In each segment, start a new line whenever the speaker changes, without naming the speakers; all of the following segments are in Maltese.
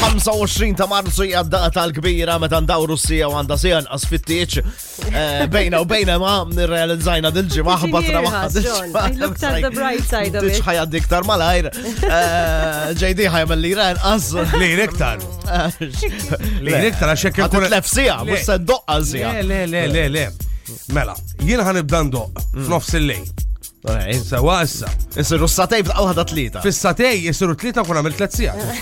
25 ta' marzu hija data l-kbira meta ndawru sija u għandha sija nqas fit-tieċ. Bejna u bejna ma nirrealizzajna dil-ġimgħa ħabatra ma
I looked at the bright side of it.
ħajja diktar malajr. JD ħajmel li ran qas.
Li rektar. Li rektar għaxek
Għat tlef sija,
Le.
mux se doqqa sija.
Le, le, le, le, le. Mela, jien ħanibda ndoq f'nofs il-lejl.
طيب، إيه.
Sewa issa.
Isiru s-satej b'taqqa waħda tlita.
Fis-satej jisiru tlieta kun għamil tliet sijat.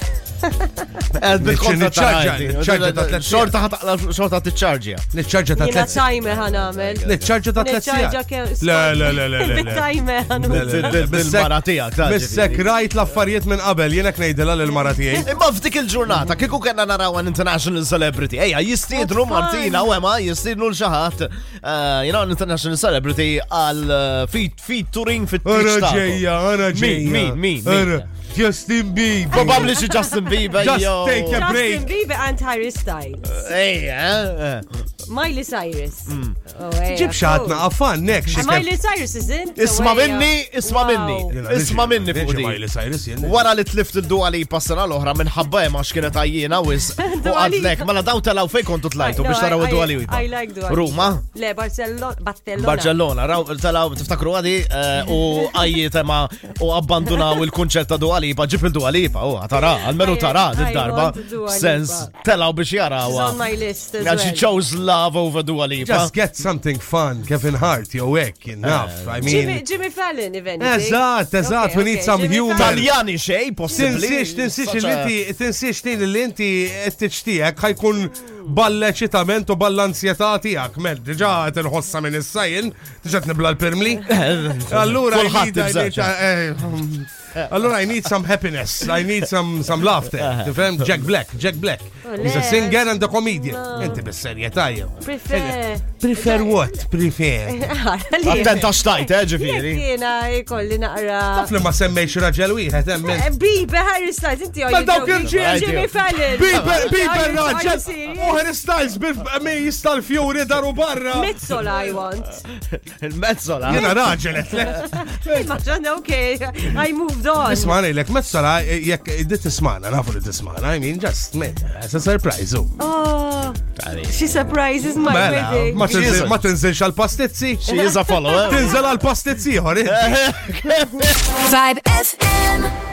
آه، Bil-kontra ta'
Nitċarġa, nitċarġa ta' tlet sija.
Xorta ħataqla- xorta t-ċarġja.
Nitċarġa ta'
Jina
tliet sijat.
timer ħan għamel.
Nitċarġa ta' tliet
Niċċarġa
sijat.
kemm-
Le, le, le, le, le, le.
Bit-timer ħan
Le, le, le.
Bil-mara tijak, ta'
Bissek rajt l-affarijiet minn qabel, jiena knejdela l-maratijaj.
Imma f'dik il-ġurnata, kieku kena naraw an international celebrity, eja, jistidru
Oh, fun.
Martina u Emma, jistidru l-xaħat, jina an international celebrity għal eh, feat- featuring fit
Ara ġeja, ara
Min,
ġeja.
min, min,
Ara,
min.
Justin Bieber.
Probably xi Justin Bieber,
Just
jew-
take a- break.
Justin Bieber and Harry
Uh.
Styles.
Ejja, eh.
Miley Cyrus. Oh, yeah,
Ġib xaħatna,
cool.
għafan, nek
And
xie.
Miley Cyrus is in.
Isma
Hawaii.
minni, isma
Wow.
minni. Isma minni fuq di. Wara li tlift id-dua li passana l-oħra minħabba hemm għax kienet għajjina wis u
Dua Lipa.
għadlek, mela daw telaw fej kontu tlajtu
No,
biex taraw
I-
id-dua
I-
li
I like Dua Lipa.
Ruma,
Le, Barcelona. Barcelona.
Barcellona, raw telaw tiftakru għadi eh, u għajjiet ma u abbandunaw il-kunċett ta' dua lipa, ġib il-dua lipa, u għatara, għalmenu
I-
tara
I
id-darba,
want Dua Lipa.
sens telaw biex
She's
jaraw.
on my list as
Għal she
well.
chose love over dua lipa.
Just get something fun, Kevin Hart, yo, ek, enough. I
Jimmy,
mean,
Jimmy Fallon, if anything.
Eżatt, eżatt,
Okay,
we need
okay,
some
Jimmy
humor.
Fallon.
Taljani xej, possibli.
Tinsiex, tinsiex
Such
li
a-
inti, tinsiex li li inti t-tċtijak ħajkun ball-eċitament u ball-ansjetà tijak. Med, diġa t-nħossa minn il-sajn, diġa t-nibla l-permli. Allura, I
Kulħadd
need- I need-
ibżaċċa.
eh, eh, Allora, I need some happiness. I need some, some laughter. Tifhem? Jack Black, Jack Black. He's a singer and a comedian. Inti bis-serjetà jew.
Prefer.
Prefer what? Prefer.
Attenta xtajt, eh, ġifiri.
Jena jkolli naqra.
Taf li ma semmejx raġel wieħed hemmen.
Bibe, Harry Eh, Styles, inti għaj.
Ma dawk il-ġiel.
Jimmy Fallon.
Bieber, Bieber
Are you- are you
raġel.
serious?
Uħer Styles bil-mej jistal fjuri daru barra.
Mezzola I want.
Il-mezzola.
Jena raġel etle.
Immaġan, okay, I moved on.
Isma' ngħidlek, mezzala e- jekk dit tismana, nafu li tismana, I mean just man, it's a surprise. u.
Oh, she surprises my
Mela,
wedding.
ma tinżel-
Jesus.
ma tinżilx għal pastizzi.
She is a follower.
eh? Tinżel għal pastizzi ħor.
Vibe FM.